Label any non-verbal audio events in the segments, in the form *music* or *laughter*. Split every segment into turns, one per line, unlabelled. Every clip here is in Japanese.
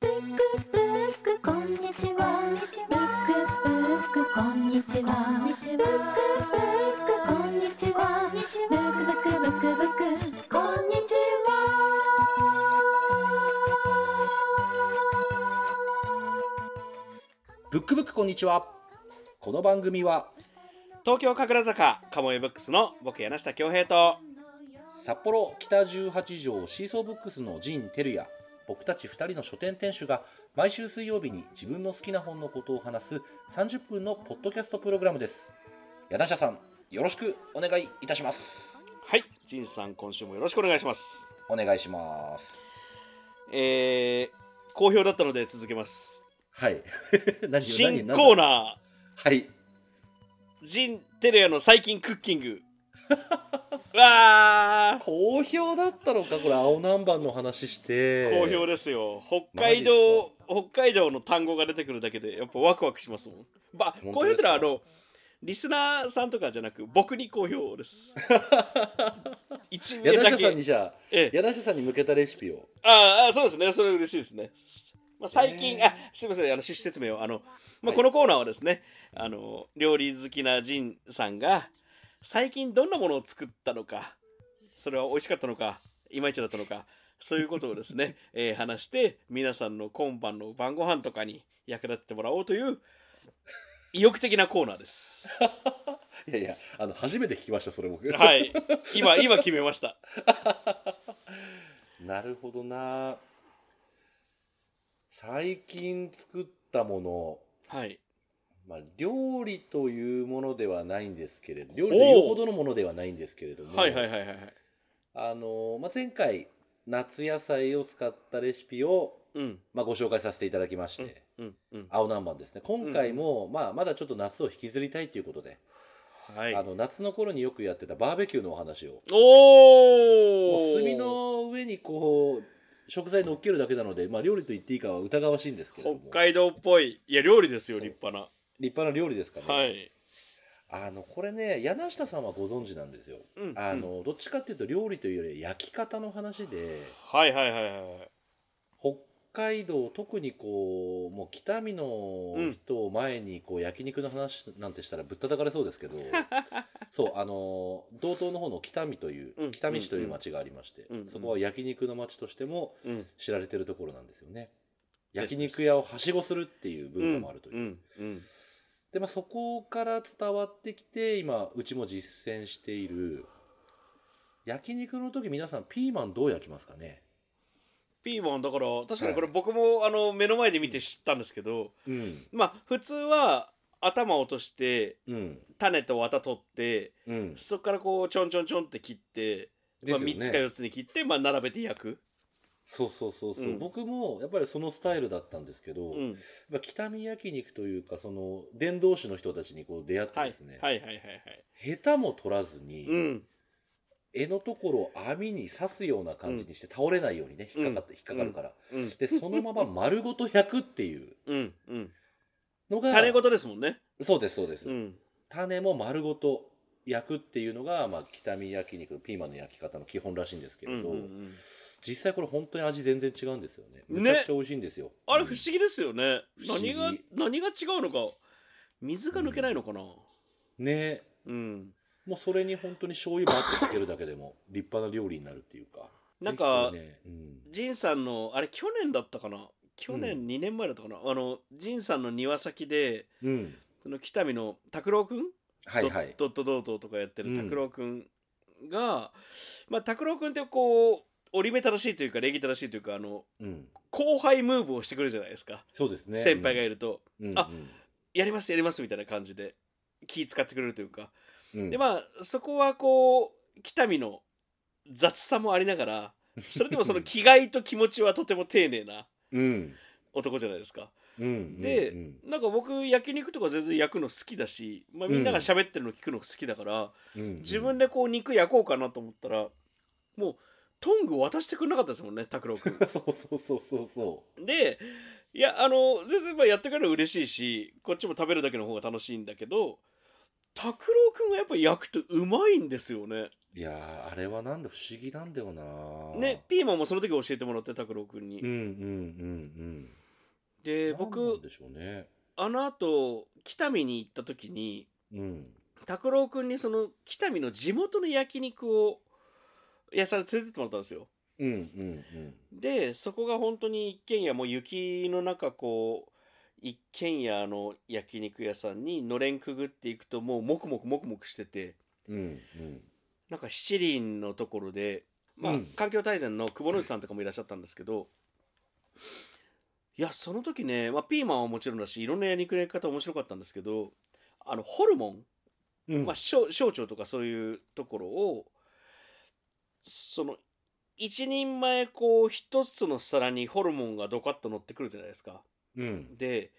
ブックブックこんにちはブックブックこんにちはブックブックこんにちはブックブックブックブックこんにちは
ブックブックこんにちはこの番組は
東京神楽坂カモエブックスの僕柳下恭平と
札幌北18条シーソーブックスのジン・テルや僕たち2人の書店店主が毎週水曜日に自分の好きな本のことを話す30分のポッドキャストプログラムです柳下さんよろしくお願いいたします
はい仁さん今週もよろしくお願いします
お願いします
えー、好評だったので続けます
はい *laughs* 何
新コー
ー
ナ
はい
ージン・テレアの最近クッキングわー
好評だったのかこれ青南蛮の話して
好評ですよ北海道北海道の単語が出てくるだけでやっぱワクワクしますもんば
本
好
当
評
で
っ
す
ての
か
はあのリスナーさんとかじゃなく僕に好評です
*laughs*
一名
柳
だ
下さんに
け
じゃあ
ええ
柳下さんに向けたレシピを
ああ、そうですね。それ嬉しいですね。まあ、最近、
えー
あ、すみません。あの、趣旨説明を。あの、
は
まあ、
い
このコーナーはですね、あの、料理好きなジンさんが、最近どんなものを作ったのか、それは美味しかったのか、いまいちだったのか、そういうことをです
*laughs*
ね、えー話して、皆さんの今晩の晩ご飯とかに役立ってもらおうという、意欲的なコーナーです。
いやいやあの初めて聞きましたそれ僕
はい。今、今決めました。
*laughs* なるほどな最近作ったもの、
はい。
まあ、料理というものではないんですけれど料理というほどのものではないんですけれども、
はいはいはいはいはい。
あのまあ、前回夏野菜を使ったレシピを、
うん。
まあ、ご紹介させていただきまして、
うん。うん。
青南蛮ですね今回も、まあ、まだちょっと夏を引きずりたいということで、
はい
あ。の夏の頃によくやってたバーベキューのお話をも
お
う
お
炭の上にこう食材乗っけるだけなので、まあ、料理と言っていいかは疑わしいんですけれども
北海道っぽいいや料理ですよ
そう
立派
立派な料理ですかね、
なはい、
あのこれね柳下さんはご存知なんですよ
うん
あ
うん
の、どっちかっていうと料理というよりは焼き方の話で
はいはいはいはい
北海道特にこうもう北見の人を前にこう焼肉の話なんてしたらぶったたかれそうです
*laughs*
けどそうあの道東の方の北見という
うん
北見市という町がありまして、
うんうん
そこは焼肉の町としても
うん
知られてるところなんですよね
ですです
焼肉屋をはしごするっていう文化もあるという、
うんうん
で、まあ、そこから伝わってきて今うちも実践している焼肉の時皆さんピーマンどう焼きますかね
ピーマンだから確かにこれ
は
僕も、あの目の前で見て知ったんですけど
うん
まあ普通は頭落として
うん
種と綿取って
うん
そこからこうちょんちょんちょんって切って、
です
ま
よ
あ、
ね
3つか4つに切って、まあ、並べて焼く、
そうそうそうそう、
うん
僕もやっぱりそのスタイルだったんですけど、
うん
やっぱ北見焼肉というかその伝道師の人たちにこう出会って
はい、
ですね、
はいはいはいはい
ヘタも取らずに、
うん
柄のところを網に刺すような感じにして倒れないようにね引っかかって引っかかるから、
うん
でそのまま丸ごと焼くっていう
うんうん
のが
種ごとですもんね
そうですそうです、
うん
種も丸ごと焼くっていうのが、まあ、北見焼肉のピーマンの焼き方の基本らしいんですけ
うんう
れ
ん
ど、
うん
実際これ本当に味全然違うんですよねめ
ね
ちゃくちゃ美味しいんですよ、
あれ
うん
不思議ですよね。
不思
何
議
が何が違うのか。水が抜けないのかな。
ね
うん。
もうそれに本当に醤油バッてかけるだけでも立派な料理になるっていうか
なんか
ぜひこれねうん
ジンさんのあれ去年だったかな。去年2年前だったかな。あのジンさんの庭先で
うん、
その北見の拓郎くん、
はいはい
ドットドットドットとかやって
う
る
ん
拓郎くんが、まあ拓郎くんってこう折り目正しいというか礼儀正しいというかあの
うん、
後輩ムーブをしてくるじゃないですか。
そうですね
先輩が
い
い
る、
ると、
うん
あやりますやりますみたいな感じで気使ってくれるというか。
うんうん
でまあそこはこう北見の雑さもありながらそれでもその気概と気持ちはとても丁寧な
うん
男じゃないですか
うんうん
で
うん
なんか僕焼肉とか全然焼くの好きだし、まあ、みんなが喋ってるの聞くの好きだから、
うん
自分でこう肉焼こうかなと思ったらもうトング渡してくれなかったですもんね拓郎君
*laughs* *laughs* そうそうそうそうそ
でいやあの全然まあやってくれるの嬉しいしこっちも食べるだけの方が楽しいんだけど拓郎君がやっぱ焼くとうまいんですよね
いやーあれはなんだ不思議なんだよな
ねピーマンもその時教えてもらって拓郎君に、
うんうんうんう
で
んなんな
僕
んでしょうね
あのあと北見に行った時に
うん
拓郎君にその北見の地元の焼肉を屋さんに連れてってもらったんですよ
うんうんうん
でそこが本当に一軒家もう雪の中こう一軒家の焼肉屋さんにのれんくぐっていくともうもくもくもくもくしてて
うんうん
なんか七輪のところで、まあ
うん
環境大全の久保之内さんとかもいらっしゃったんですけど、いやその時ね、まあ、ピーマンはもちろんだしいろんな焼肉の焼き方面白かったんですけどあのホルモン、
うん
まあ、小小腸とかそういうところをその一人前こう一つの皿にホルモンがドカッと乗ってくるじゃないですか。
うん
で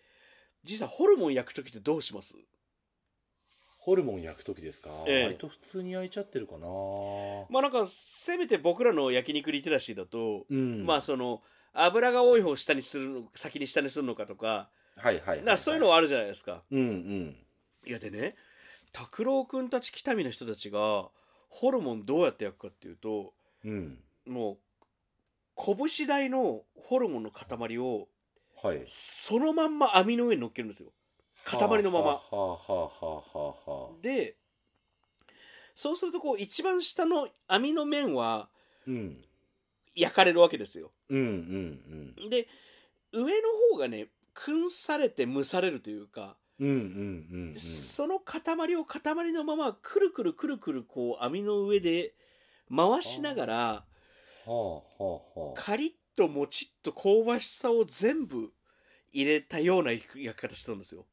実はホルモン焼く時ってどうします
ホルモン焼く時ですか、
ええ
割と普通に焼いちゃってるかな、
まあなんかせめて僕らの焼肉リテラシーだと
うん
まあその油が多い方を下にするの先に下にするのかとか
はいはいはい、
なんかそういうのはあるじゃないですか。
うんうん
いやでね拓郎くんたち北見の人たちがホルモンどうやって焼くかっていうと
うん
もう拳大のホルモンの塊を
はい
そのまんま網の上に乗っけるんですよ。塊のまま
はあはあはあはあはあ、
でそうするとこう一番下の網の面は
うん、
焼かれるわけですよ。
うんうん
で上の方がね燻されて蒸されるというか。
うんうんうんうんうん
その塊を塊のままくるくるくるくるこう網の上で回しながら
はあはあはあ
カリッともちっと香ばしさを全部入れたような焼き焼き方してたんですよ。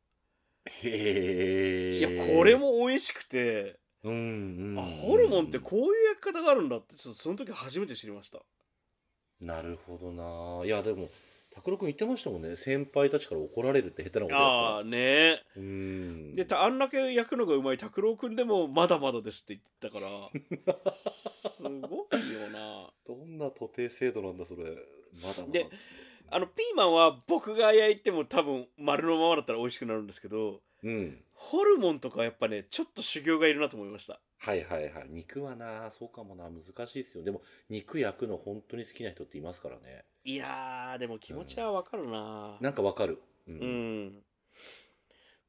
へえ
いやこれも美味しくて、
うんうんうん
あホルモンってこういう焼き方があるんだってちょっとその時初めて知りました。
なるほどないやでも拓郎君言ってましたもんね先輩たちから怒られるって下手なことだった
ああね
らうん
でたあんだけ焼くのがうまい拓郎くんでもまだまだですって言ってた
*laughs*
からすごいよな。
どんな徒弟制度なんだそれまだまだ
であのピーマンは僕が焼いても多分丸のままだったら美味しくなるんですけど
うん
ホルモンとかはやっぱねちょっと修行がいるなと思いました
はいはいはい肉はなそうかもな難しいですよでも肉焼くの本当に好きな人っていますからね
いやーでも気持ちはわかるな
なんかわかるう
うん、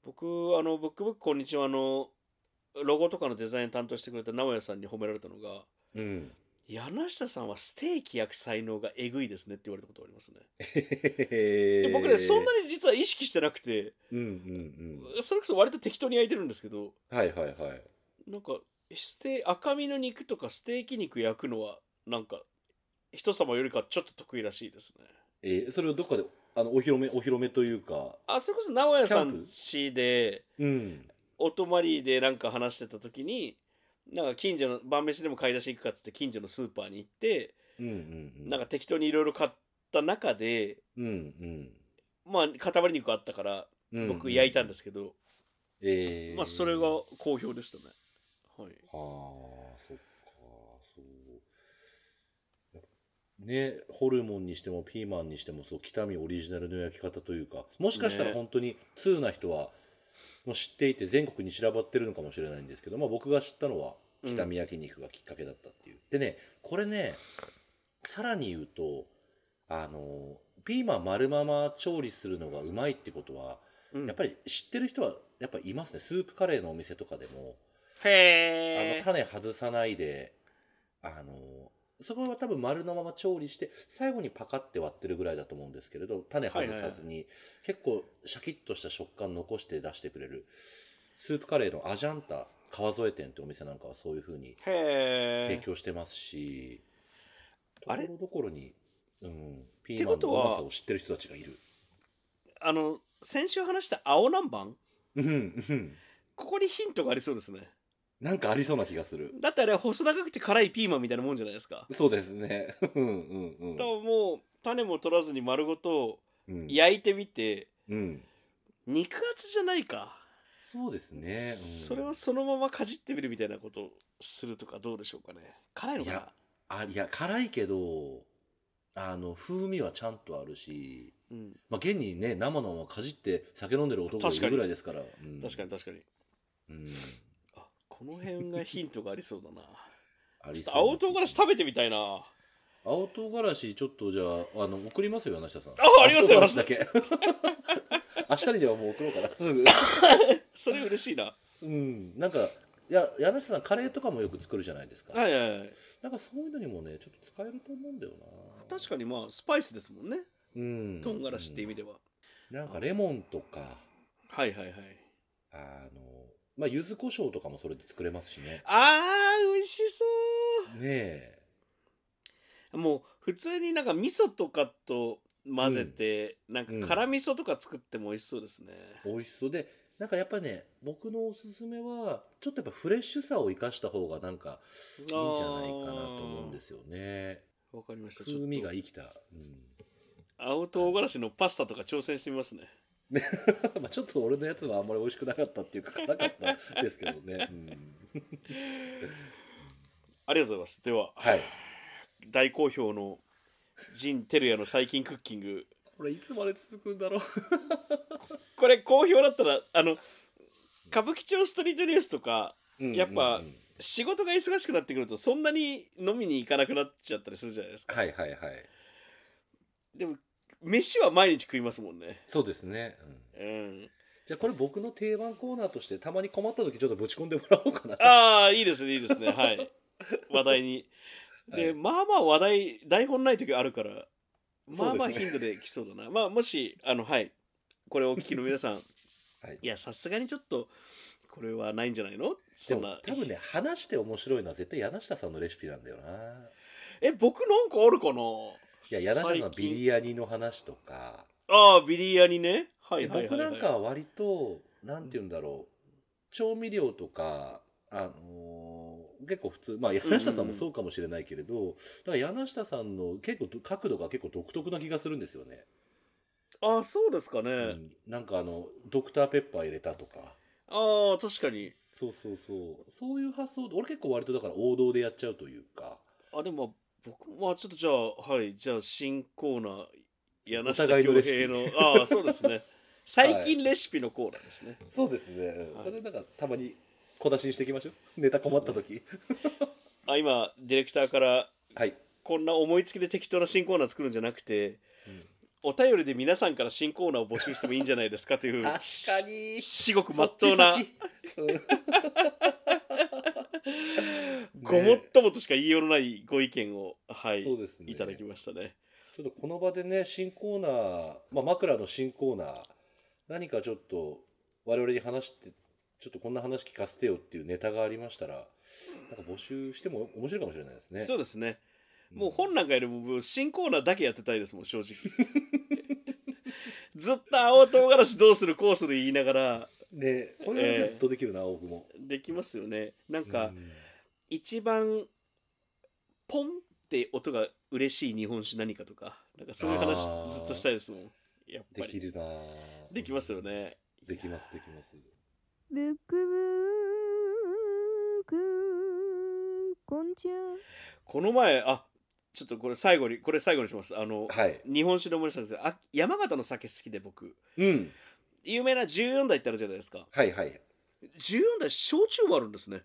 僕あの「ブックブックこんにちは」のロゴとかのデザイン担当してくれた直哉さんに褒められたのが
うん
柳下さんはステーキ焼く才能がえぐいですねって言われたことありますね。
で
で僕ねそんなに実は意識してなくて
うんうん
それこそ割と適当に焼いてるんですけど
うんはいはいはい
なんかステ赤身の肉とかステーキ肉焼くのはなんか人様よりかちょっと得意らしいですね
えーそれをどっかであのお披露目お披露目というか
あそれこそ直哉さ
キャン
ん
プ
ちで
うん
お泊まりでなんか話してた時になんか近所の晩飯でも買い出し行くかっつって近所のスーパーに行って
うんうんうん
なんか適当にいろいろ買った中で
うんうん
まあ塊肉あったから
うん
僕焼いたんですけど、
えー
まあそれが
は
好評でしたねはい
あそっかそうねホルモンにしてもピーマンにしてもそう北見オリジナルの焼き方というかもしかしたら
ね
本当に通な人はもう知っていて全国に散らばってるのかもしれないんですけど、まあ、僕が知ったのは北見焼肉がきっかけだったっていう、でねこれねさらに言うとあのピーマン丸まま調理するのがうまいってことは
うん
やっぱり知ってる人はやっぱいますねスープカレーのお店とかでもあの
へー
種外さないであのそこは多分丸のまま調理して最後にパカって割ってるぐらいだと思うんですけれど種外さずに、結構シャキッとした食感残して出してくれるスープカレーのアジャンタ川添店ってお店なんかはそういう風に
へー
提供してますし、
あれ
ところどころに、うん、ピ
て
ーマ
こ
ンの
と
う
は
まさを知ってる人たちがいる。
あの先週話した青南蛮
うんうん
ここにヒントがありそうですね
なんかありそうな気がする。
だってあれ細長くて辛いピーマンみたいなもんじゃないですか
そうですね。うんうん
だからもう種も取らずに丸ごと
うん。うん、
焼いてみて
うん。
肉厚じゃないか、
そうですね。うん
それをそのままかじってみるみたいなことをするとかどうでしょうかね辛いのか
い
な
やあいや辛いけどあの風味はちゃんとあるし、
うん、
まあ、現にね生のままかじって酒飲んでる男がい
確か
るぐ
に
らいですから。うん
確かに確かに
うん
あこの辺がヒントがありそうだな
あ
ちょ
り
っ
そ
と
う
青唐辛子食べてみたいな。
青唐辛子ちょっとじゃああの送りますよ柳下さん
あありがとうございます
青唐辛子だけ *laughs* 明日にではもう送ろうかなすぐ
それ嬉しいな。
うんなんかいや柳下さんカレーとかもよく作るじゃないですか、
はいはいはい。
なんかそういうのにもねちょっと使えると思うんだよな
確かにまあ、スパイスですもんね。
うん
唐辛子って意味では。
なんかレモンとか
はいはいはい。
あのまあ柚子胡椒とかもそれで作れますしね
あー、美味しそ
ねえ
う。もう、普通になんか味噌とかと混ぜて、なんか辛味噌とか作っても美味しそうですね。。
美味しそうでなんかやっぱりね僕のおすすめはちょっとやっぱフレッシュさを生かした方がなんかいいんじゃないかなと思うんですすよね
わかりました。ち
風
ょっ
味が
と
生きた、うん
青唐辛子のパスタとか挑戦してみますね。
*laughs* まあちょっと俺のやつはあんまり美味しくなかったっていうか辛かったですけどね、うん
ありがとうございます。では、
はい
大好評のジン・テルヤの最近クッキング。
これいつまで続くんだろう
これ好評だったら、あの、歌舞伎町ストリートニュースとか、
うん
やっぱ
うん
仕事が忙しくなってくると、そんなに飲みに行かなくなっちゃったりするじゃないですか。
はいはいはい
でも、飯は毎日食いますもんね。
そうですね、うん
うん。
じゃあこれ僕の定番コーナーとしてたまに困った時ちょっとぶち込んでもらおうかな
ああ、いいですね、いいですね。はい。話題
*laughs*
に。で、
はい
まあまあ話題、台本ない時あるから、まあ
そ
まあ
うですね
頻度で来そうだな。まあ、もし、あの、はい。これをお聞きの皆さん、 *laughs*
はい
いや、さすがにちょっと、これはないんじゃないの
で
そん
も
な。
多分ね話して面白いのは絶対柳下さんのレシピなんだよな
え、僕なんかあるかない
や柳下さんは
最
ビ
近
リヤニの話とか
ああ、ビリヤニね。はいはいはい、
僕
はい。
なんかは割となんて言うんだろう調味料とかあのー結構普通まあ柳下さんもそうかもしれないけれど、だから柳下さんの結構ど角度が結構独特な気がするんですよね、
ああ、そうですかね。
うんなんかあのドクターペッパー入れたとか
ああ、確かに。
そうそうそうそういう発想で俺結構割とだから王道でやっちゃうというか
あ、でも、僕も、まあ、ちょっとじゃあ、はい、じゃあ、新コーナー、
お
柳下
互いの
恭
レシピ
平の、ああ、そうで
*laughs*
すね。最近レシピのコーナーですね。
そうですね、
はい
それなんかたまに小出しにしていきましょう *laughs* ネタ困った時
あ今、ディレクターから、
はい
こんな思いつきで適当な新コーナー作るんじゃなくて、
うん
お便りで皆さんから新コーナーを募集してもいいんじゃないですか
*laughs*
という、
に
至極まっとうな、ごもっともとしか言いようのないご意見を、はい、
そうですね
いただきましたね。
ちょっとこの場でね、新コーナー、まあ、枕の新コーナー、何かちょっと、我々に話して、ちょっとこんな話聞かせてよっていうネタがありましたら、なんか募集しても面白いかもしれないですね。
そう
う
ですね。
ん
もう本なんかよりも新コーナーだけやってたいですもん正直 *laughs* ずっと青唐辛子どうするこうする言いながら
ね、こういう話はずっとできるな、僕も。
できますよねなん
う
か
ん
一番ポンって音が嬉しい日本酒何かとかなんかそういう
あー
話ずっとしたいですもんやっぱ
でき
り
るな
できますよ。ね
できます、できます。
ブックブックこんちゃ
この前あちょっとこれ最後にこれ最後にしますあの、
はい。
日本酒で思い出したんですけどあ山形の酒好きで僕
うん。
有名な14代ってあるじゃないですか
はいはい。
14代焼酎もあるんですね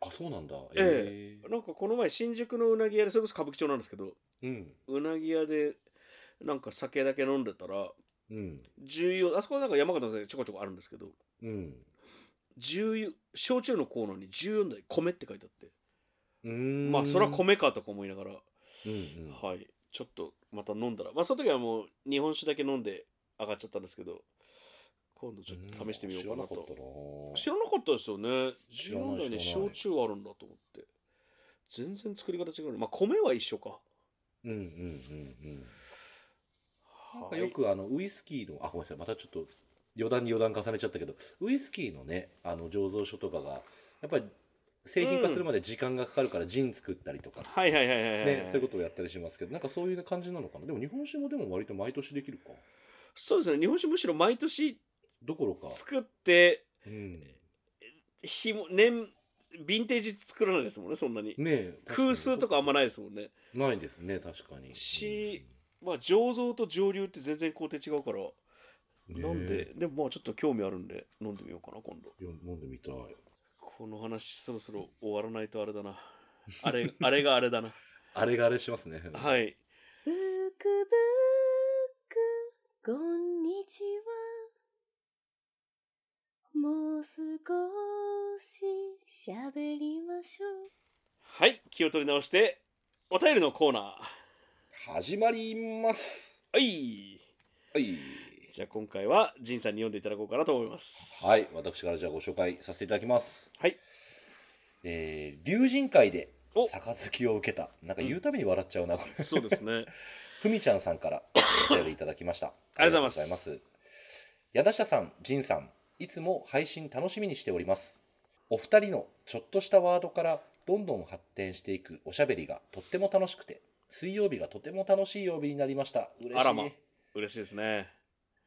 あ、そうなんだ。
え
え
なんかこの前新宿のうなぎ屋でそれこそ歌舞伎町なんですけど
えうん。
うなぎ屋でなんか酒だけ飲んでたら
うん。
14あそこなんか山形の酒ちょこちょこあるんですけど
うん。
14焼酎のコーナーに14代米って書いてあって
うーん
まあそりゃ。米かとか思いながら、
うんうん。
はいちょっとまた飲んだらまあその時はもう日本酒だけ飲んで上がっちゃったんですけど今度ちょっと試してみようかな
知ら
と
なかったな
知らなかったですよね
知らない
14代に
知らない
焼酎あるんだと思って全然作り方違うのまあ米は一緒か
うんうんうんうん。なん
は
か
い
よくあのウイスキーのあごめんなさいまたちょっと余談に余談重ねちゃったけどウイスキーのねあの醸造所とかがやっぱり製品化するまで時間がかかるからジン作ったりとか、
はいはいはいはい、はい
ね、そういうことをやったりしますけどなんかそういう感じなのかなでも日本酒もでも割と毎年できるか
そうですね日本酒むしろ毎年
どころか、
作って
うん、ね
日も年ヴィンテージ作らないですもんねそんなに
え
空数とかあんま
ない
ないですもんね
ないですね確かに
し、まあ醸造と蒸留って全然工程違うから、
うんねえ
なんででもまあちょっと興味あるんで飲んでみようかな今度
よ飲んでみたい
この話そろそろ終わらないとあれだな
*laughs*
あれ、あれがあれだな。
あれがあれしますね。い。
はい。
ブクブク、こんにちは。もう少し喋りましょう。
はい。気を取り直して、お便りのコーナー。は
始まります。
い。
はい。
じゃあ今回は、ジンさんに読んでいただこうかなと思います。
はい。私からじゃあご紹介させていただきます。
はい。
えー、竜神会で
お、
杯を受けた。なんか言うたびに笑っちゃうな、これ。
そうですね。
ふみちゃんさんからお便りいただきました。
ありがとうござい
あ
ます
りがとうございます。矢田社さん、仁さん、いつも配信楽しみにしております。お二人のちょっとしたワードからどんどん発展していくおしゃべりがとっても楽しくて、水曜日がとても楽しい曜日になりました。嬉しい。
あらま嬉しいですね。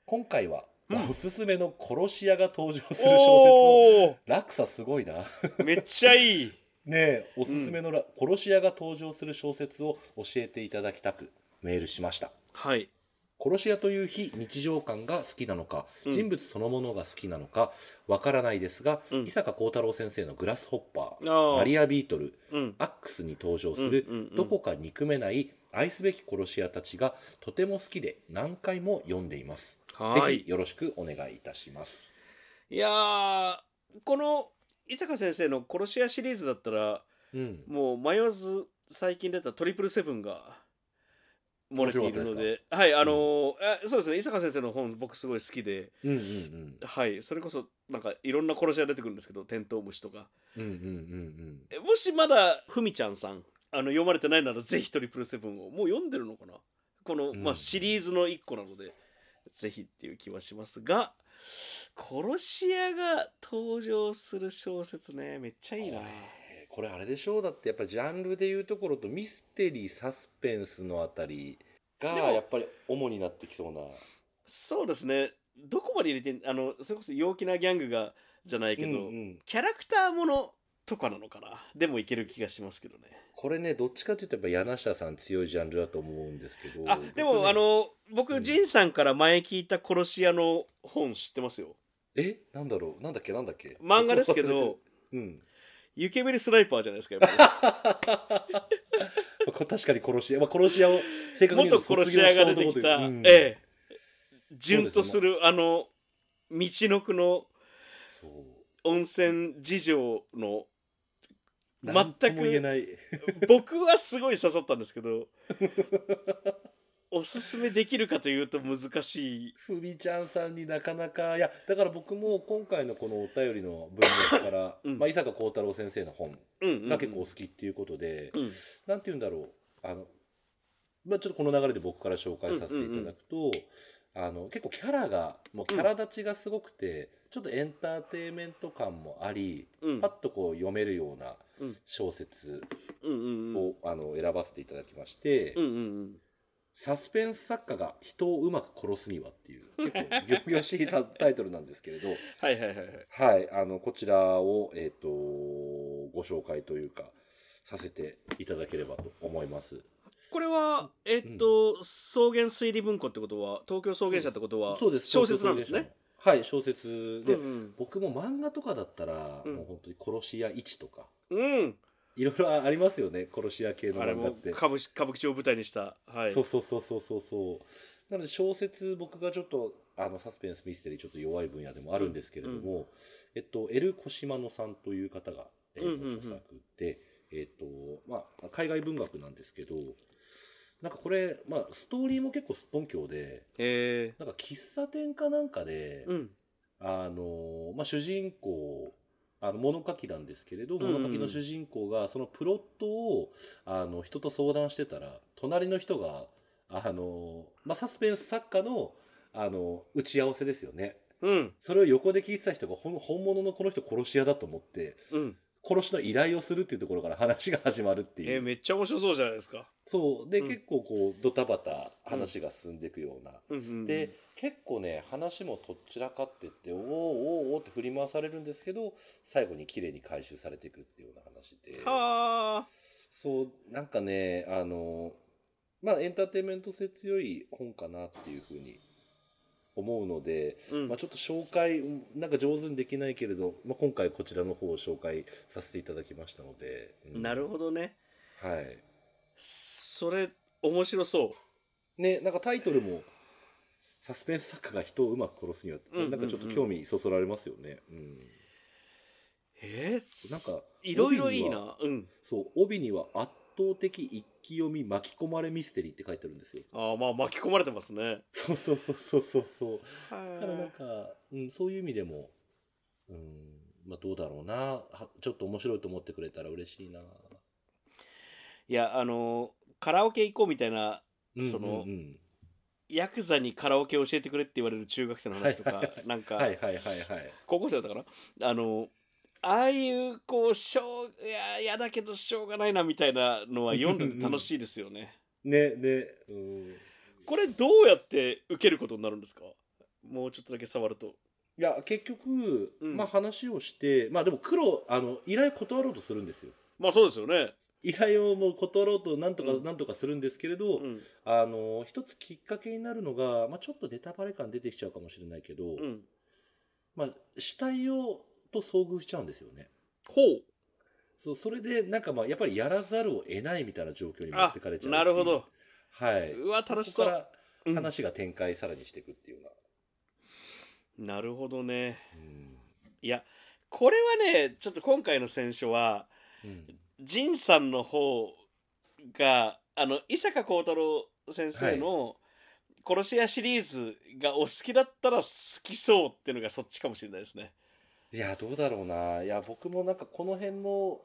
今回は、
うん
おすすめの殺し屋が登場する小説。
お
落差すごいな。ね
ーめっちゃいい。
え、おすすめのら、殺し屋が登場する小説を教えていただきたくメールしました。
はい。
殺し屋という非日常感が好きなのか、
うん
人物そのものが好きなのかわからないですが、
うん
伊坂幸太郎先生の「グラスホッパー」
ああ
マリアビートル」
うん
「アックス」に登場する、
うんうんうん
どこか憎めない愛すべき殺し屋たちがとても好きで何回も読んでいます。
は
ぜ
い
ひ。よろしくお願いいたします。
いやーこの伊坂先生の「殺し屋」シリーズだったら
うん、
もう迷わず最近出た「トリプルセブン」が漏れているの
面白かったで
ではいあのーあそうですね伊坂先生の本僕すごい好きで
うんうんうん
はいそれこそなんかいろんな殺し屋出てくるんですけどテントウムシとか
うんうんうん
えもしまだふみちゃんさんあの読まれてないならぜひ「トリプルセブン」をもう読んでるのかなこの、
うん
まあ、シリーズの一個なのでぜひっていう気はしますが殺し屋が登場する小説ねめっちゃいいな
えーこれあれでしょうだってやっぱりジャンルでいうところとミステリーサスペンスのあたりが
でも
やっぱり主になってきそうな。
そうですねどこまで入れてんあのそれこそ陽気なギャングがじゃないけど、
うんうん
キャラクターものとかなのかなでもいける気がしますけどね
これねどっちかというとやっぱ柳下さん強いジャンルだと思うんですけど
あでも、
僕ね
あの僕、
うん
ジンさんから前聞いた殺し屋の本知ってますよ
えなんだろうなんだっけなんだっけ
漫画ですけ
僕忘れ
ど
てるうん
湯煙スナイパーじゃないですかやっぱ
まあこ確かに殺し屋、まあ、殺し屋を正 *laughs*
り
確に
元
言うと
殺し屋が出てき
卒業した男といううん
ええ順とするあの道のくの
そう
温泉事情の
何と
全
も言え
く
ない
僕はすごい刺さったんですけどおすすめできるかというと難しい
ふみちゃんさんになかなかいやだから僕も今回のこのお便りの文脈から、
うん
まあ、伊坂幸太郎先生の本
うんうんうん
が結構お好きっていうことで、
うん
なんて言うんだろうあの、まあ、ちょっとこの流れで僕から紹介させていただくと、あの結構キャラがもうキャラ立ちがすごくて、ちょっとエンターテインメント感もあり
うん
パッとこう読めるような
うん
小説
うんうんうん
を、あの選ばせていただきまして、
うんうん
サスペンス作家が人をうまく殺すにはっていう
*laughs*
結構仰々しいタタイトルなんですけれど、
はいはいはいはい
はい、あのこちらを、えー、とご紹介というかさせていただければと思います。
これはえっと、草原推理文庫ってことは東京草原社ってことは
そうです
小説なんですね。
はい、小説
う
で、
ん
僕も漫画とかだったら、
うん
もう本当に殺し屋一とか、
うん、うん
いろいろありますよね、殺し屋系の
あれ
漫画
も
って。
歌舞伎歌舞伎町を舞台にしたはい
そうそうそうそうそうそう。なので小説僕がちょっとあのサスペンスミステリーちょっと弱い分野でもあるんですけれども、えっとエルコシマノさんという方が、えー
うんうんうん
著作で、えっとまあ海外文学なんですけど、なんかこれまあストーリーも結構すっぽんきょうで、
へえ
なんか喫茶店かなんかで、
うん
あのまあ、主人公あの物書きなんですけれど
んうん
物書きの主人公がそのプロットをあの人と相談してたら隣の人があの、まあ、サスペンス作家のあの打ち合わせですよね
うん
それを横で聞いてた人が本本物のこの人殺し屋だと思って
うん
殺しの依頼をするっていうところから話が始まるっていう、
えーめっちゃ面白そうじゃないですか
そうで、
うん
結構こうドタバタ話が進んでいくような
うんうんうん
で結構ね話もとっちらかってっておーおーおおって振り回されるんですけど最後に綺麗に回収されていくっていうような話で
はあ
そうなんかねあのまあエンターテインメント性強い本かなっていうふうに思うので、
うん
まあ、ちょっと紹介なんか上手にできないけれど、まあ、今回こちらの方を紹介させていただきましたので、うん
なるほどね
はい
それ面白そ
ねなんかタイトルもサスペンス作家が人をうまく殺すには、
うんうんうん
なんかちょっと興味そそられますよね、うん、
うえー、
なんか
いろいろいい
帯には
なうん
そう帯には圧倒的一気読み巻き込まれミステリーって書いてあるんですよ
あーまあ巻き込まれてますね
*laughs* そうそうそうそうそうそうだからなん
は
か、うん、そういう意味でも、うん、まあどうだろうな、はちょっと面白いと思ってくれたら嬉しいな。
いいやあのカラオケ行こうみたいなその
うんうん
ヤクザにカラオケ教えてくれって言われる中学生の話とか、
はいはい
なんか、
はいはいはいはい。
高校生だったかなあのああいうこうしょういや嫌だけどしょうがないなみたいなのは読んでて楽しいですよね
ね、ね、うん。い
これどうやって受けることになるんですかもうちょっとだけ触ると
や、結局、
うん
まあ話をして、まあでも黒、あの、依頼断ろうとするんですよ。
まあそうですよね、
依頼をもう断ろうとなんとか
うん
なんとかするんですけれど、
うん
あの一つきっかけになるのが、まあ、ちょっとネタバレ感出てきちゃうかもしれないけど、
うん、
まあ、死体をと遭遇しちゃうんですよね。
ほう
そうそれでなんかまあやっぱりやらざるを得ないみたいな状況に持っ
あ
てかれちゃう
なるほど
はいう
わ楽し
そこ
そ
か
う、
ら
うん
話が展開さらにしていくっていうよ
なるほどね
うな
いやこれはねちょっと今回の選書は
うん、うん
仁さんの方があの伊坂幸太郎先生の「殺し屋」シリーズがお好きだったら好きそうっていうのがそっちかもしれないですね。
いやどうだろうないや僕もなんかこの辺の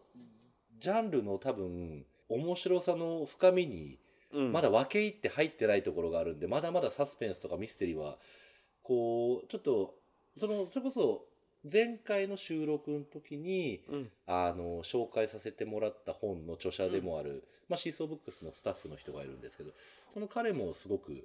ジャンルの多分面白さの深みに
うん、
まだ分け入って入ってないところがあるんでまだまだサスペンスとかミステリーはこうちょっとそのそれこそ前回の収録の時に
うん
あの紹介させてもらった本の著者でもある、まあ、シーソーブックスのスタッフの人がいるんですけどその彼もすごく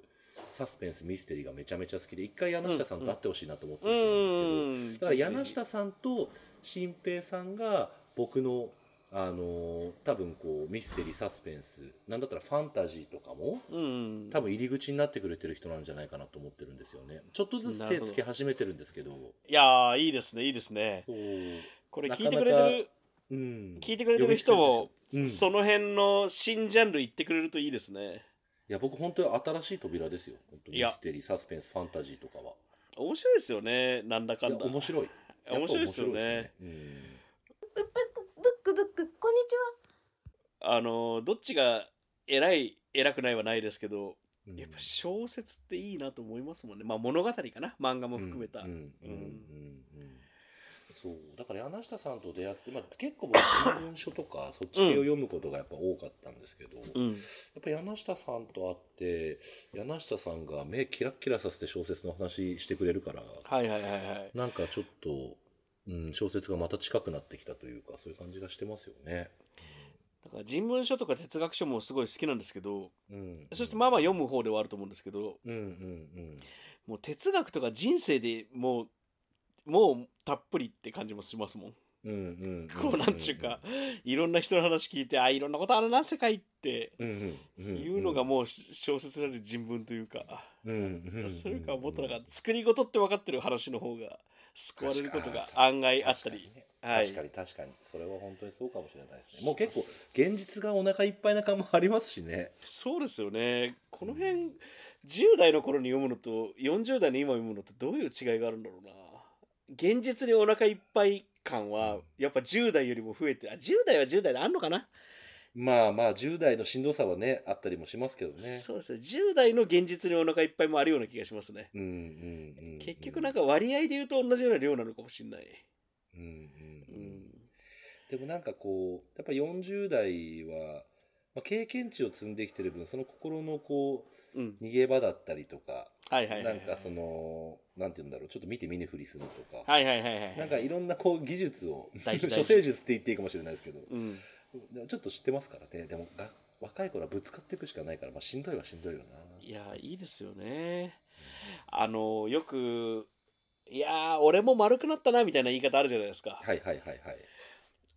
サスペンスミステリーがめちゃめちゃ好きで一回柳下さんと会ってほしいなと思ってる
うん
ですけど、だ
ん
から柳下さんと新平さんが僕の、あのー多分こうミステリーサスペンスなんだったらファンタジーとかも
うん
多分入り口になってくれてる人なんじゃないかなと思ってるんですよねちょっとずつ手つけ始めてるんですけど
いやーいいですねいいですね
そう
これ聞いてくれてる
うん
聞いてくれてる人も、
うん、
その辺の新ジャンル言ってくれるといいですね
いや僕本当に新しい扉ですよ本当に
いや
ミステリーサスペンスファンタジーとかは
面白いですよねなんだか
い
ん
や
だ
面白いやっぱ
面白いですよね
面白いですよね
ブック、ブック、ブック、こんにちは。
あのどっちが偉い偉くないはないですけど
うんうん
やっぱ小説っていいなと思いますもんね。まあ物語かな漫画も含めた。
う
うん
うんう
ん
んうんうんそうだから柳下さんと出会って、まあ、結構僕新聞書とかそっち系を読むことがやっぱ多かったんですけど、やっぱ柳下さんと会って柳下さんが目キラッキラさせて小説の話してくれるから
はいはいはいはい。
なんかちょっと、うん、小説がまた近くなってきたというかそういう感じがしてますよね。
だから人文書とか哲学書もすごい好きなんですけど、
うん、
そしてまあまあ読む方ではあると思うんですけど、
うんうん
もう哲学とか人生でもう、もうたっぷりって感じもしますもん。
うんうんうんん
こうなんちゅうか、いろんな人の話聞いて、あ、いろんなことあるな、世界って。
うんうんんん
いうのがもう小説なり人文というか、
うんうんうんうん
それか思ったのが作り事って分かってる話の方が救われることが案外あったり、はい、
確かに確かにそれは本当にそうかもしれないですねもう結構現実がお腹いっぱいな感もありますしね
そうですよねこの辺、10代の頃に読むのと40代の今読むのってどういう違いがあるんだろうな現実にお腹いっぱい感
う
は
ん
やっぱ10代よりも増えてあ10代は10代であんのかな、
まあまあ10代のしんどさはねあったりもしますけどね
そうですね10代の現実にお腹いっぱいもあるような気がしますね、
うんうんうんうん
結局なんか割合で言うと同じような量なのかもしれない、
うんうん
う
うんん、でもなんかこうやっぱ40代は、まあ、経験値を積んできてる分その心のこ
うん、
う逃げ場だったりとか
はいはいは
ないんかそのなんて言うんだろうちょっと見て見ぬふりするとか、
はいはいはいはい
なんかいろんなこう技術を
大事大
*laughs* 処
事
世術って言っていいかもしれないですけど、
うん
でもちょっと知ってますからねでもが若い頃はぶつかっていくしかないから、まあ、しんどいはしんどいよ
いやいいですよねあのよくいやー俺も丸くなったなみたいな言い方あるじゃないですか
なはいはいはいはい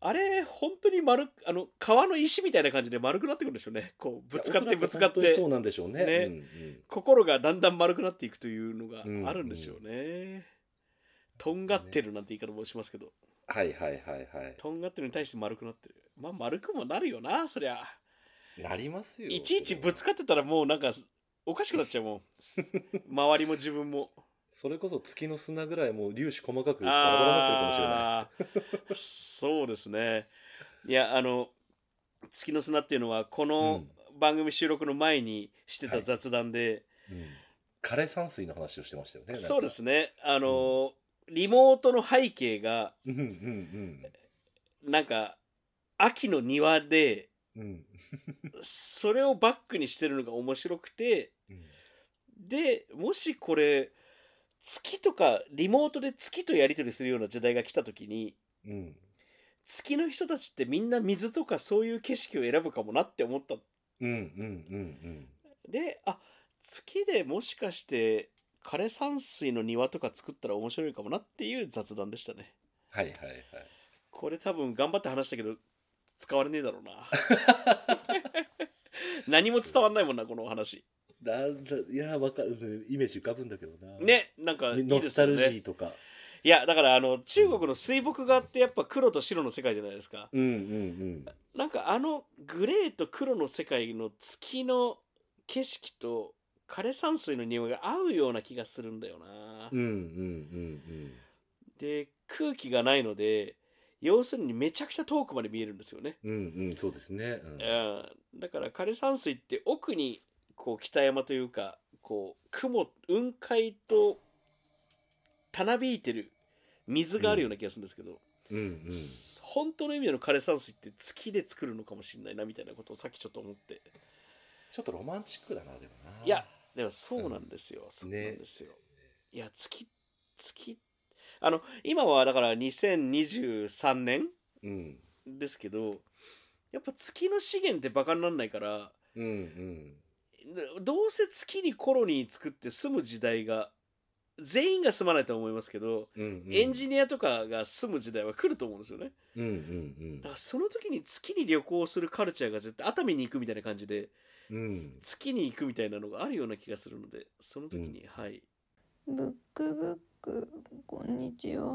あれ本当に丸あの川の石みたいな感じで丸くなってくるんでしょうねこうぶつかってぶつ
い
かっ
やおそらく本当に
て
そうなんでしょうね
ね
うんうん
心がだんだん丸くなっていくというの
うん
があるんでしょうね、とんがってるなんて言い方もしますけど
はいはいはいは
とんがってるに対して丸くなってるまあ丸くもなるよなそりゃ
いなりますよ
いちいちぶつかってたらもうなんかおかしくなっちゃうも
*laughs*
ん周りも自分も
それこそ月の砂ぐらいもう粒子細かくバラバラになってるかもしれない
あーそうですねいやあの「月の砂」っていうのはこの番組収録の前にしてた雑談で、
うん枯山水の話をしてましたよね。
そうです
ね。
ねあの、リモートの背景が
うんうん
なんか秋の庭で
うん。うん
それをバックにしてるのが面白くて
うん。
でもしこれ月とかリモートで月とやり取りするような時代が来た時に
うん。
月の人たちってみんな水とかそういう景色を選ぶかもなって思った
うんうんうん
であ月でもしかして枯山水の庭とか作ったら面白いかもなっていう雑談でしたね
はいはいはい。
これ多分頑張って話したけど使われねえだ
*laughs*
ろうな何も伝わんないもんなこのお話
なんだいやわかるイメージ浮かぶんだけどな。。
ねなんかいい
ノ
で
ス
す
タ
よ
ルジ
ね
ーとか。
いやだからあの中国の水墨画ってやっぱ黒と白の世界じゃないですか
うんうん
なんかあのグレーと黒の世界の月の景色と枯山水の庭が合うような気がするんだよな、
うん。うんうんうん
で空気がないので要するにめちゃくちゃ遠くまで見えるんですよね、
うん。うんうんそうですね。うん
うん、だから枯山水って奥にこう北山というかこう雲雲海とたなびいてる水があるような気がするんですけど、
うんうん。
本当の意味での枯山水って月で作るのかもしれないなみたいなことをさっきちょっと思って
ちょっとロマンチックだなでもな。
いやでもそうなんですよ、そうなんですよ、いや月月あの今はだから2023年
うん
ですけどやっぱ月の資源ってバカにならないから
うんうん。
どうせ月にコロニー作って住む時代が全員が住まないとは思いますけど、
うんうん
エンジニアとかが住む時代は来ると思うんですよね
うんうん
だからその時に月に旅行するカルチャーが絶対熱海に行くみたいな感じ
うん
で、
うん
月に行くみたいなのがあるような気がするのでその時に、はい
ブックブックこんにちは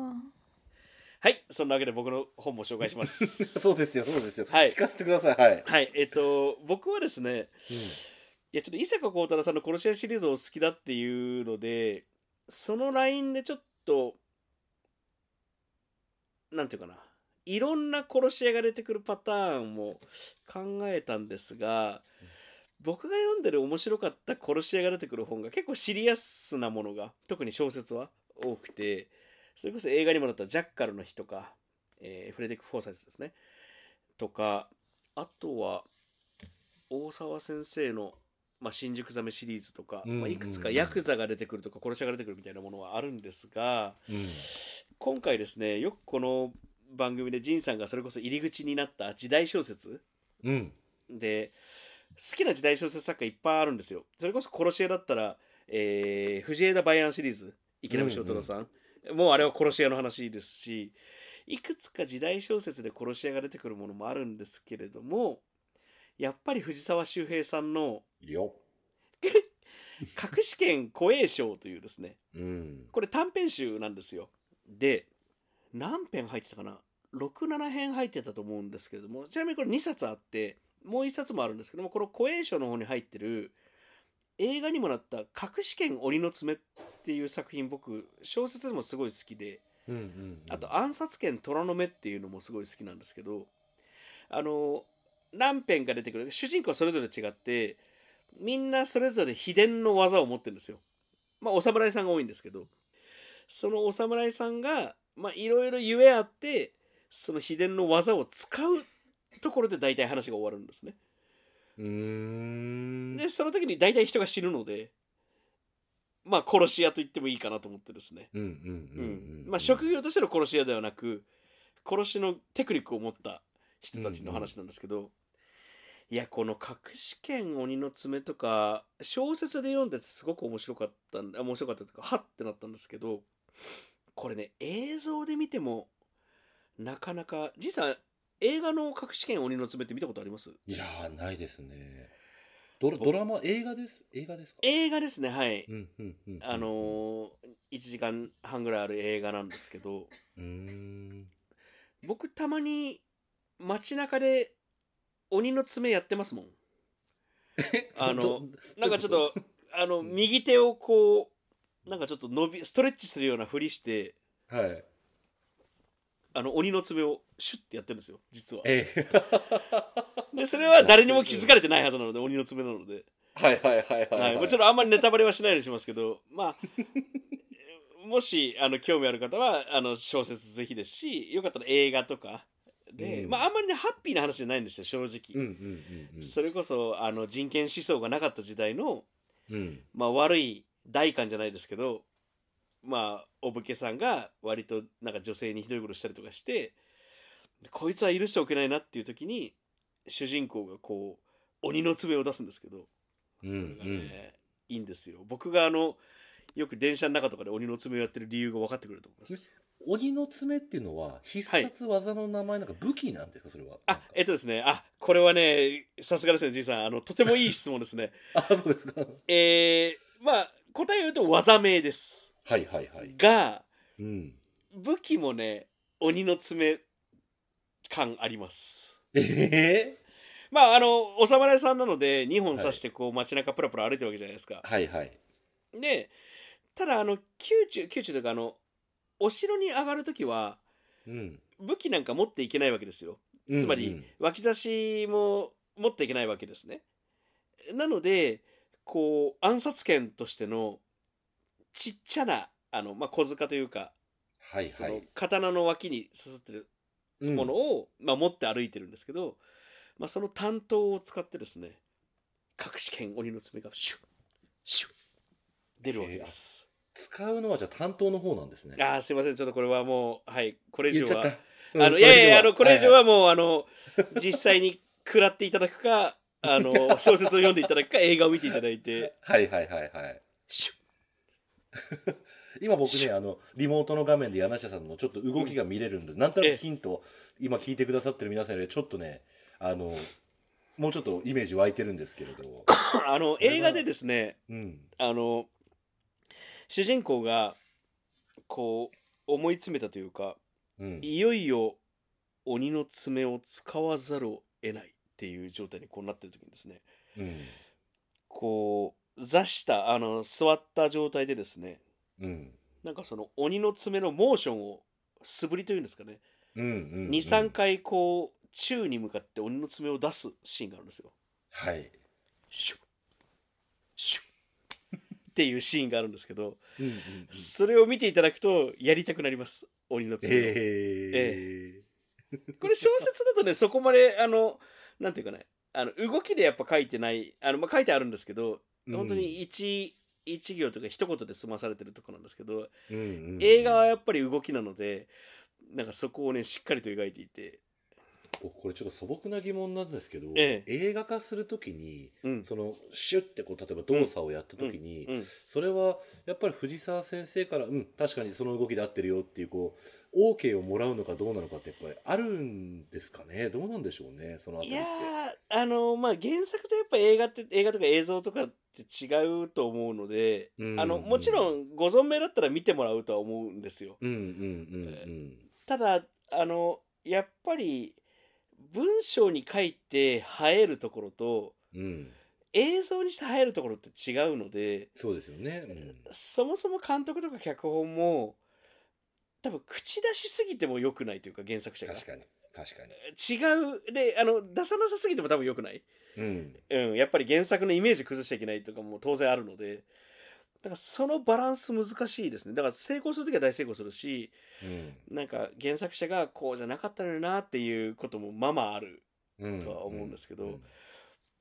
はいそんなわけで僕の本も紹介します
*laughs* そうですよそうですよ。
はい
聞かせてくださいはい。
はいえっと僕はですねいやちょっと伊坂幸太郎さんの殺し屋シリーズを好きだっていうのでそのラインでちょっとなんていうかないろんな殺し屋が出てくるパターンも考えたんですが僕が読んでる面白かった殺し屋が出てくる本が結構シリアスなものが特に小説は多くてそれこそ映画にもなった「ジャッカルの日」とか、えーフレディック・フォーサイスですねとかあとは大沢先生の、まあ、新宿ザメシリーズとか、
うんうんうん
まあ、いくつかヤクザが出てくるとか殺し屋が出てくるみたいなものはあるんですが
うんうん
今回ですねよくこの番組で仁さんがそれこそ入り口になった時代小説
うん
で好きな時代小説作家いっぱいあるんですよそれこそ殺し屋だったら、えー藤枝梅安シリーズ池波正太郎さん、もうあれは殺し屋の話ですしいくつか時代小説で殺し屋が出てくるものもあるんですけれどもやっぱり藤沢周平さんの
よ。
「隠し剣古栄賞」というですね
うん
これ短編集なんですよで何編入ってたかな67編入ってたと思うんですけれどもちなみにこれ2冊あってもう1冊もあるんですけどもこの「古栄賞」の方に入ってる映画にもなった「隠し剣鬼の爪」っていう作品僕小説もすごい好きで
うんうんうん
あと「暗殺剣虎の目」っていうのもすごい好きなんですけどあの何編か出てくる主人公はそれぞれ違ってみんなそれぞれ秘伝の技を持ってるんですよ。まあお侍さんが多いんですけどそのお侍さんがまあいろいろゆえあってその秘伝の技を使うところで大体話が終わるんですね。
うーん
でその時に大体人が死ぬのでまあ殺し屋と言ってもいいかなと思ってですね。
うんうんうんうん
まあ、職業としての殺し屋ではなく殺しのテクニックを持った人たちの話なんですけど、いやこの「隠し剣鬼の爪」とか小説で読んでてすごく面白かったんあ面白かったというかはってなったんですけどこれね映像で見てもなかなかじいさん映画の隠し剣鬼の爪って見たことあります
いやーないですねドラドラマ映画です映画ですか
映画ですねはい、
うんうんうんうん
あのー、1時間半ぐらいある映画なんですけど
うーん
僕たまに街中で鬼の爪やってますもんあの
ど
なんかちょっとあの右手をこうなんかちょっと伸びストレッチするようなふりして
はい
あの鬼の爪をシュッてやってるんですよ実は
ええ *laughs*
でそれは誰にも気づかれてないはずなので鬼の爪なので、
はいはいはいはい、
はい、もちろんあんまりネタバレはしないようにしますけどまあもしあの興味ある方はあの小説ぜひですしよかったら映画とかで、
うん
まああんまりねハッピーな話じゃないんですよ正
うん
直、
うんうんうん
それこそあの人権思想がなかった時代の、
うん
まあ、悪い代官じゃないですけどまあお武家さんが割となんか女性にひどいことしたりとかしてこいつは許しておけないなっていう時に主人公がこう鬼の爪を出すんですけどそれがね、
うんうん
いいんですよ僕があのよく電車の中とかで鬼の爪をやってる理由が分かってくると思います
鬼の爪っていうのは必殺技の名前なんか武器なんですかそれは
あえっとですねあこれはねさすがですねじいさんあのとてもいい質問ですね
あそうですかは
えー、まあ答えを言うと技名です
いはいはい
が
うん
武器もね鬼の爪感あります
ええ
まああのお侍さんなので2本刺してこう街中プラプラ歩いてるわけじゃないですか、
はいはい
でただあの宮中宮中というかあのお城に上がる時は
うん
武器なんか持っていけないわけですよつまり、
うんうん
脇差しも持っていけないわけですねなのでこう暗殺権としてのちっちゃなあの、まあ、小塚というか、
はい
そ
は
の
い
刀の脇に刺さってる
うん
ものを、まあ、持って歩いてるんですけど、まあ、その担当を使ってですね隠し剣鬼の爪がシュッシュッ出るわけです。
使うのはじゃあ担当の方なんですね
あーすいませんちょっとこれはもうはいこれ以上
言っちゃ
は
っ。た
あ
う
の
ん
いやいやあのこ
こ
れ
れ
以
以
上
上
はもうあの実際に食らっていただくかあの小説を読んでいただくか映画を見ていただいて
はいはいはいはい
シュッ
今僕ねあのリモートの画面で柳下さんのちょっと動きが見れるんで、なんとなくヒントを今聞いてくださってる皆さんよりちょっとねあのもうちょっとイメージ湧いてるんですけれど、
あの映画でですね
うん、
あの主人公がこう思い詰めたというか
うん、
いよいよ鬼の爪を使わざるを得ないっていう状態にこうなってる時にですね
うん、
こう座したあの座った状態でですね
うん、
なんかその鬼の爪のモーションを素振りというんですかね
うん、うん、
23回こう宙に向かって鬼の爪を出すシーンがあるんですよ。
はい、
シュッシュッっていうシーンがあるんですけど
うん、うん、うん
それを見ていただくとやりたくなります鬼の
え
爪を。
え
これ小説だとねそこまであのなんていうかねあの動きでやっぱ書いてないあの、まあ、書いてあるんですけど本当に一、一行とか一言で済まされてるとこなんですけど
うん、うんうん
映画はやっぱり動きなのでなんかそこをねしっかりと描いていて、
僕これちょっと素朴な疑問なんですけど、
え
映画化するときに
うん
そのシュッてこう例えば動作をやったときに、
うん、
それはやっぱり藤沢先生からうん確かにその動きで合ってるよっていうこう OK をもらうのかどうなのかってやっぱりあるんですかねどうなんでしょうねそのあた
い
りって
やーあのまあ原作とやっぱ映画って映画とか映像とかって違うと思うので、
うん
あのもちろんご存命だったら見てもらうとは思うんですよ。
うんうんうん
ただあのやっぱり文章に書いて映えるところと
うんうん
映像にして映えるところって違うので
そうですよね、うん
そもそも監督とか脚本も多分口出しすぎても良くないというか原作者が
確かに確か
違うであの出さなさすぎても多分良くない、
にうん
うん、やっぱり原作のイメージ崩しちゃいけないとかも当然あるのでだからそのバランス難しいですねだから成功する時は大成功するし
うん
なんか原作者がこうじゃなかったのよなっていうこともまあまあある
うん
とは思うんですけど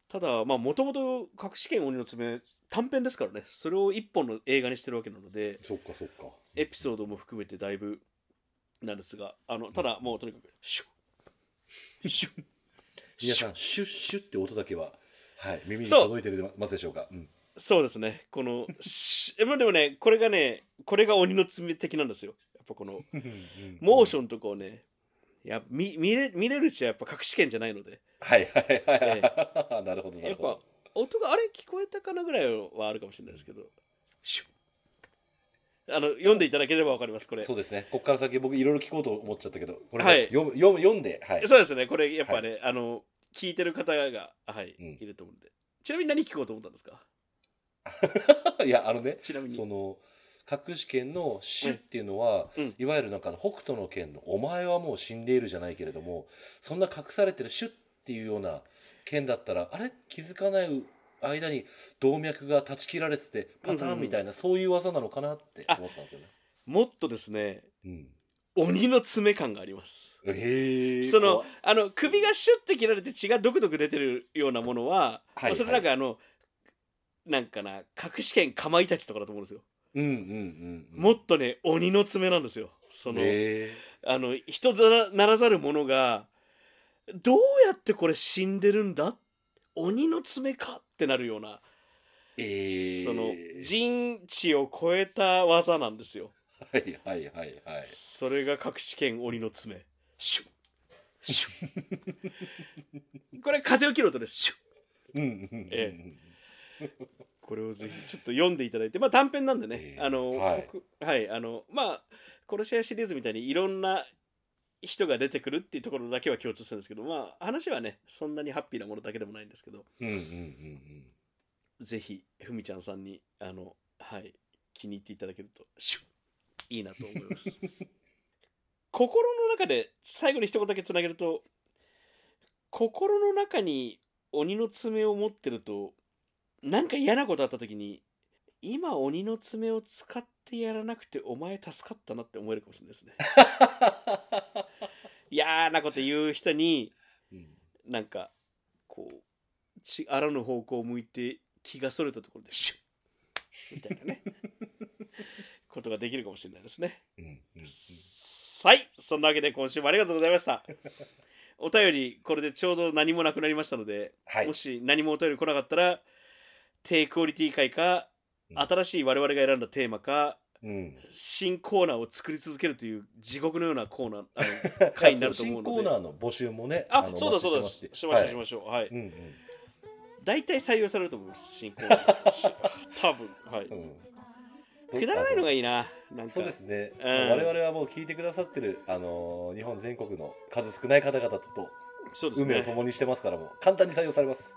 ただまあもともと「隠し剣鬼の爪」短編ですからねそれを一本の映画にしてるわけなので
そっかそっか
エピソードも含めてだいぶなんですがあのただもうとにかくシュッシュッ
皆
シ
さ
ュッ
んシュッシュッって音だけははい耳に
そう
届いてるますでしょうか
*laughs*
うん
そうですねこのシュッまあでもねこれがねこれが鬼の爪的なんですよやっぱこのモーションとかをねや見見れ見れるうちはやっぱ隠し券じゃないので
はいはいはいはい、
え
*laughs* なるほどな
や
る
っ
ほど
ぱ音があれ聞こえたかなぐらいはあるかもしれないですけどシュッあの読んでいただければわかりますこれ
そ
そう
ですねここから先僕いろいろ聞こうと思っちゃったけどこれ、
はい
読む読む読んではいう
ですねこれやっぱね、あの聞いてる方がはい、
うん
いると思うんでちなみに何聞こうと思ったんですか
*laughs* いやあのね
ちなみに
その隠し剣の死っていうのは、
うんうん
いわゆるなんかあの北斗の剣の「お前はもう死んでいる」じゃないけれどもそんな隠されてる「死」っていうような剣だったらあれ気づかない間に動脈が断ち切られててパターンみたいな、そういう技なのかなって思ったんですよね。
もっとですね
うん、
鬼の爪感があります
へえ
そのあの首がシュッて切られて血がドクドク出てるようなものは、
はい
それなんかあのなんかな隠し剣かまいたちとかだと思うんですよ、
うんうんうんうん
もっとね鬼の爪なんですよその、
へ
あの人ざらならざる者がどうやってこれ死んでるんだ鬼の爪かってなるような、
えへえ
その人知を超えた技なんですよ
はいはいはいはい
それが隠し剣鬼の爪シュッシュッこれ風を切る音ですシュッ
うんうんうんうん
えこれをぜひちょっと読んでいただいてまあ短編なんでね、
えー
あの
はい
僕はいあのまあ殺し屋シリーズみたいにいろんな人が出てくるっていうところだけは共通するんですけどまあ話はねそんなにハッピーなものだけでもないんですけど
うんうんうん
ぜひふみちゃんさんにあのはい気に入っていただけるとシュッいいなと思います心の中で最後に一言だけつなげると心の中に鬼の爪を持ってるとなんか嫌なことあった時に今鬼の爪を使ってやらなくてお前助かったなって思えるかもしれないですね嫌なこと言う人に
うんうん
なんかこうちあらぬ方向を向いて気がそれたところでシュッみたい
*laughs*
なねことができるかもしれないですね。
うんうんうん
はいそんなわけで今週もありがとうございました。お便りこれでちょうど何もなくなりましたので、
はい
もし何もお便り来なかったら低クオリティ回か
うん
新しい我々が選んだテーマか
うん
新コーナーを作り続けるという地獄のようなコーナーあの回になると思うので
新コーナーの募集もね、 *laughs*
あ
の
そうだそう
お
だ
待
し
ち
しましょう
て
し
ま
ましょうはい
すはい。うん
大体採用されると思いま
*laughs*
す新コーナーだし多分はい
うんうんど
くだらないのがいいななんか
そうですね。
うん
我々はもう聞いてくださってるあのー日本全国の数少ない方々と
そうです
運命を
ね
共にしてますからもう簡単に採用されます。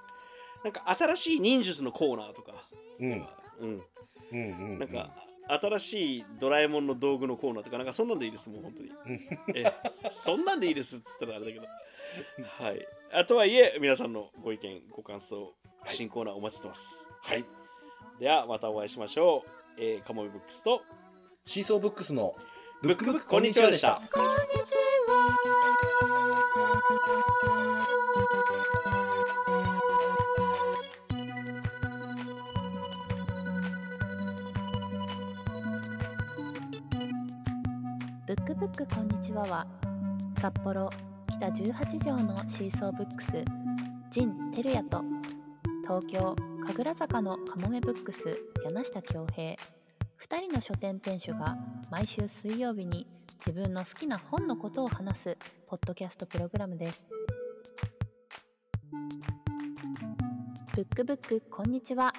なんか新しい忍術のコーナーとか
うんうん
う
う
ん
んうん。
なんか新しいドラえもんの道具のコーナーとかなんかそんなんでいいですもう本当に
うん
ええそんなんでいいですっつったらあれだけどはいあとはいえ皆さんのご意見ご感想
はい
新コーナーお待ちしてます
はい。
ではまたお会いしましょうえー、カモメブックスと
シーソーブックスの
ブックブックこんにちはでした
ブックブックこんにちはは札幌北18条のシーソーブックスジン・テルヤと東京神楽坂のカモメブックス柳下恭平2人の書店店主が毎週水曜日に自分の好きな本のことを話すポッドキャストプログラムです。ブックブックこんにちは